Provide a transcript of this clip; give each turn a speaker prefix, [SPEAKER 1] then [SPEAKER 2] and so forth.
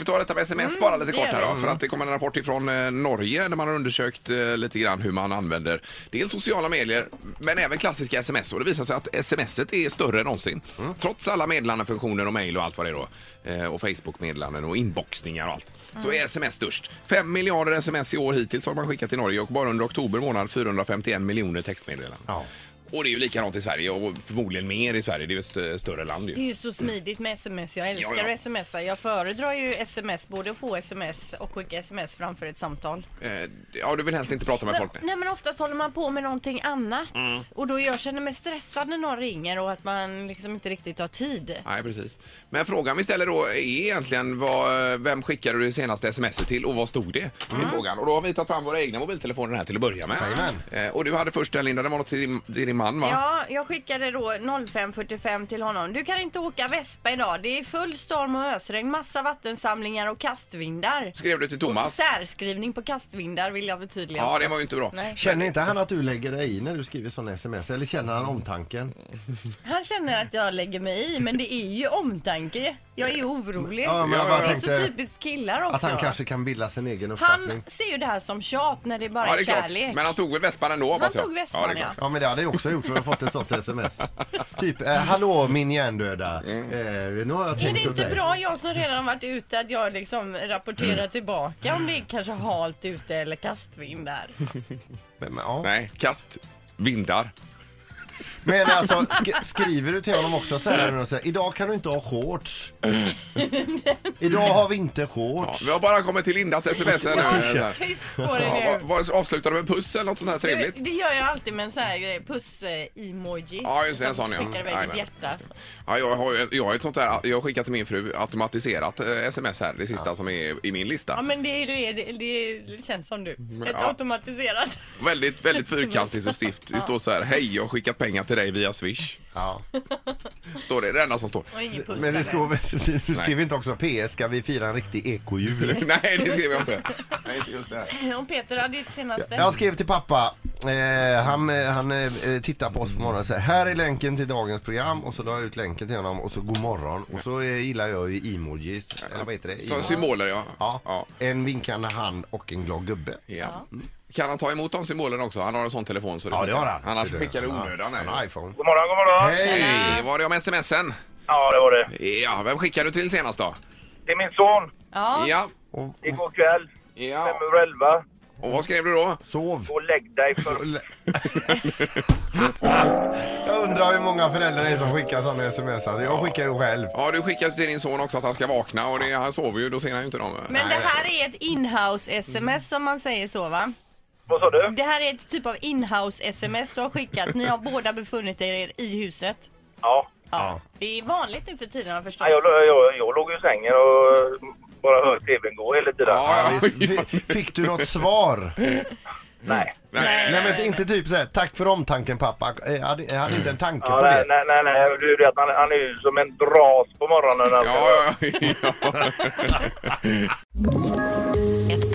[SPEAKER 1] vi tar detta med sms bara lite
[SPEAKER 2] Mm, det
[SPEAKER 1] kort
[SPEAKER 2] gör
[SPEAKER 1] här
[SPEAKER 2] vi.
[SPEAKER 1] då, För att det kommer en rapport ifrån eh, Norge där man har undersökt eh, lite grann hur man använder dels sociala medier men även klassiska sms. Och det visar sig att smset är större än någonsin. Trots alla meddelandefunktioner och mejl och allt vad det är då. eh, Och Facebook-meddelanden och inboxningar och allt. Så
[SPEAKER 2] Mm.
[SPEAKER 1] är sms störst. 5 miljarder sms i år hittills har man skickat till Norge och bara under oktober månad 451 miljoner textmeddelanden.
[SPEAKER 3] Ja.
[SPEAKER 1] Och det är ju likadant i Sverige och förmodligen mer i Sverige. Det är ju ett st- större land ju.
[SPEAKER 2] Det är ju så smidigt med sms. Jag älskar
[SPEAKER 1] Ja, ja.
[SPEAKER 2] att smsa. Jag föredrar ju sms, både att få sms och skicka sms framför ett samtal.
[SPEAKER 1] Eh, Ja, du vill helst inte prata med Mm.
[SPEAKER 2] Men,
[SPEAKER 1] folk? nej.
[SPEAKER 2] nej men oftast håller man på med någonting annat och då jag känner mig stressad när någon ringer och att man liksom inte riktigt har tid.
[SPEAKER 1] Nej, precis. Men frågan vi ställer då är egentligen vad, vem skickade du det senaste sms till och vad stod det? Mm. frågan. Och då har vi tagit fram våra egna mobiltelefoner här till att börja med.
[SPEAKER 3] Jajamän.
[SPEAKER 1] Eh, och du hade först den Linda, det var något till din, till din man va?
[SPEAKER 2] Ja, jag skickade då 05.45 till honom. Du kan inte åka Vespa idag. Det är full storm och ösregn, massa vattensamlingar och kastvindar.
[SPEAKER 1] Skrev du till Thomas?
[SPEAKER 2] Och särskrivning på kastvindar vill jag förtydliga.
[SPEAKER 1] Ja,
[SPEAKER 2] också.
[SPEAKER 1] det var ju inte bra.
[SPEAKER 2] Nej.
[SPEAKER 3] Känner inte han att du lägger dig i när du skriver sådana sms? Eller känner han omtanken?
[SPEAKER 2] Han känner att jag lägger mig i, men det är ju omtanke. Jag är orolig.
[SPEAKER 3] Ja, men
[SPEAKER 1] jag bara
[SPEAKER 2] det är så
[SPEAKER 3] tänkte
[SPEAKER 2] typiskt killar också.
[SPEAKER 3] Att han kanske kan bilda sin egen uppfattning?
[SPEAKER 2] Han ser ju det här som tjat när det är bara
[SPEAKER 1] Ja,
[SPEAKER 2] är
[SPEAKER 1] det är klart.
[SPEAKER 2] kärlek.
[SPEAKER 1] Men han tog väl vespan ändå hoppas jag?
[SPEAKER 2] tog vespan,
[SPEAKER 1] det är klart.
[SPEAKER 3] Ja men det hade jag också gjort om jag fått ett sånt sms. Typ, eh, hallå min hjärndöda. Eh, nu har jag
[SPEAKER 4] Är det
[SPEAKER 3] tänkt åt
[SPEAKER 4] inte
[SPEAKER 3] dig.
[SPEAKER 4] bra, jag som redan varit ute, att jag liksom rapporterar
[SPEAKER 3] Mm.
[SPEAKER 4] tillbaka om det är kanske halt ute eller kastvind där?
[SPEAKER 3] Men, men, ja.
[SPEAKER 1] Nej, kast vindar.
[SPEAKER 3] men alltså, sk- skriver du till honom också så här, och så här idag kan du inte ha shorts. idag har vi inte
[SPEAKER 1] Ja,
[SPEAKER 3] shorts.
[SPEAKER 1] vi har bara kommit till Lindas sms här nu.
[SPEAKER 3] T-shirt.
[SPEAKER 2] Tyst på dig
[SPEAKER 1] Ja,
[SPEAKER 2] nu.
[SPEAKER 1] vad, vad, avslutar du med en puss eller något sånt här trevligt?
[SPEAKER 2] Det gör jag alltid med en sån här grej, puss-emoji.
[SPEAKER 1] Ja, just det, en sån, ja.
[SPEAKER 2] Som skickar iväg
[SPEAKER 1] Jajamän.
[SPEAKER 2] ett hjärta.
[SPEAKER 1] Ja, jag, har, ju- jag har ett sånt där, jag har skickat till min fru automatiserat eh, sms här, det sista som är i min lista.
[SPEAKER 2] Ja men det, det, det, det känns som du.
[SPEAKER 4] Ett
[SPEAKER 1] Ja.
[SPEAKER 4] automatiserat.
[SPEAKER 1] Väldigt, väldigt fyrkantigt och stift. Det står så här, hej jag har skickat pengar till dig via swish.
[SPEAKER 3] Ja.
[SPEAKER 1] Står det, det är det enda som står.
[SPEAKER 2] Och ingen puss
[SPEAKER 3] Men det
[SPEAKER 2] där.
[SPEAKER 3] skrev, du skrev inte också PS, ska vi fira en riktig ekojul?
[SPEAKER 1] Nej, det skrev jag inte. Nej, inte just det här.
[SPEAKER 4] Om Peter hade ditt senaste.
[SPEAKER 3] Jag skrev till pappa, eh, han, eh, han eh, tittar på oss på morgonen och säger här är länken till dagens program och så la jag ut länken till honom och så god morgon och så eh, gillar jag ju emojis, eller vad heter det?
[SPEAKER 1] Som
[SPEAKER 3] Emojis.
[SPEAKER 1] symboler ja.
[SPEAKER 3] Ja,
[SPEAKER 1] ja.
[SPEAKER 3] en vinkande hand och en glad gubbe.
[SPEAKER 1] ja. Kan han ta emot de symbolerna också? Han har en sån telefon. Så
[SPEAKER 3] Ja det har han.
[SPEAKER 1] Annars
[SPEAKER 3] Ser du.
[SPEAKER 1] skickar det i
[SPEAKER 3] Han har-
[SPEAKER 1] onödan.
[SPEAKER 3] Han har iPhone.
[SPEAKER 5] God morgon, god morgon.
[SPEAKER 1] Hej, var det om smsen?
[SPEAKER 5] Ja, det var det.
[SPEAKER 1] Ja, vem skickar du till senast då?
[SPEAKER 5] Det är min son.
[SPEAKER 2] Ja,
[SPEAKER 1] Ja.
[SPEAKER 5] Igår kväll, fem
[SPEAKER 1] ja.
[SPEAKER 5] över elva.
[SPEAKER 1] Och vad skrev du då?
[SPEAKER 3] Sov.
[SPEAKER 5] Och lägg dig för...
[SPEAKER 3] Jag undrar hur många föräldrar det är som skickar sådana sms. Jag skickar ju själv.
[SPEAKER 1] Ja, du skickade till din son också att han ska vakna och det, han sover ju, då ser han ju inte dem.
[SPEAKER 2] men det här är ett inhouse-sms om man säger så va?
[SPEAKER 5] Vad sa du?
[SPEAKER 2] Det här är ett typ av inhouse-sms du har skickat. Ni har båda befunnit er i huset.
[SPEAKER 5] Ja.
[SPEAKER 2] Ja. Det är vanligt nu för tiden har jag förstått.
[SPEAKER 5] Nej, Jag, jag, jag låg i sängen och bara hörde tvn gå hela tiden.
[SPEAKER 1] Ja, ja, ja.
[SPEAKER 3] Fi- Fick du något svar?
[SPEAKER 5] Nej.
[SPEAKER 1] Nej.
[SPEAKER 3] Nej men inte typ såhär, tack för omtanken pappa. Eh, Jag hade, jag hade inte en tanke
[SPEAKER 5] Ja,
[SPEAKER 3] på
[SPEAKER 5] nej,
[SPEAKER 3] det.
[SPEAKER 5] nej, nej, nej. Du vet, han, han är ju som en dras på morgonen. Alltså.
[SPEAKER 1] Ja, ja, ja.
[SPEAKER 6] Ett